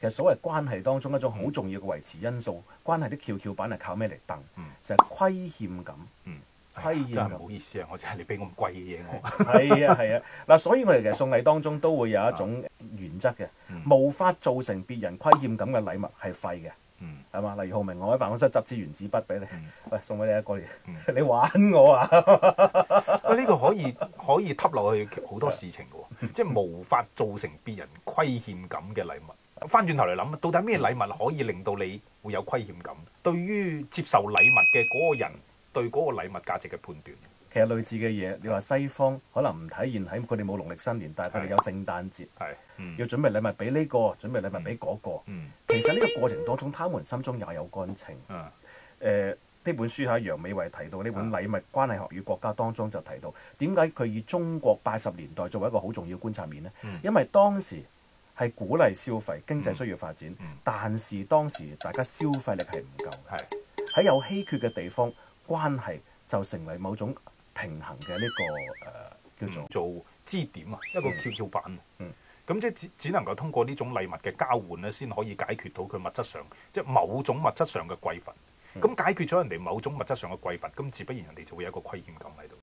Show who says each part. Speaker 1: 其實所謂關係當中一種好重要嘅維持因素，關係啲蹺蹺板係靠咩嚟蹬？
Speaker 2: 嗯
Speaker 1: 就係虧欠感。
Speaker 2: 嗯，
Speaker 1: 虧欠
Speaker 2: 真係
Speaker 1: 感
Speaker 2: 唔好意思啊！我真係你俾咁貴嘅嘢我，
Speaker 1: 係啊係啊，嗱，所以我哋其實送禮當中都會有一種原則嘅，無法造成別人虧欠感嘅禮物係廢嘅，
Speaker 2: 嗯
Speaker 1: 係嘛？例如浩明，我喺辦公室執支原子筆俾你， 喂，送俾你一個月，
Speaker 2: 嗯
Speaker 1: 你玩我啊？
Speaker 2: 喂，啊呢個可以可以揷落去好多事情嘅喎，即係無法造成別人虧欠感嘅禮物。翻轉頭嚟諗，啊到底咩禮物可以令到你會有虧欠感？對於接受禮物嘅嗰個人對嗰個禮物價值嘅判斷，
Speaker 1: 其實類似嘅嘢，你話西方可能唔體現喺佢哋冇農曆新年，但係佢哋有聖誕節，
Speaker 2: 係嗯
Speaker 1: 要準備禮物俾呢個，準備禮物俾嗰個。
Speaker 2: 嗯
Speaker 1: 其實呢個過程當中，他們心中也有乾情。
Speaker 2: 嗯
Speaker 1: 呃誒呢、本書喺楊美惠提到呢本《禮物關係學與國家》當中就提到，點解佢以中國八十年代作為一個好重要觀察面呢？因為當時係鼓勵消費，經濟需要發展，但是當時大家消費力係唔夠嘅，
Speaker 2: 係
Speaker 1: 喺有稀缺嘅地方，關係就成為某種平衡嘅呢、個誒、呃叫做
Speaker 2: 做支點啊，一個 QQ 版啊。
Speaker 1: 嗯
Speaker 2: 咁即係只只能夠通過呢種禮物嘅交換咧，先可以解決到佢物質上即係某種物
Speaker 1: 嗯
Speaker 2: 質上嘅匱乏。咁解決咗人哋某種物質上嘅匱乏，咁自不然人哋就會有一個虧欠感喺度。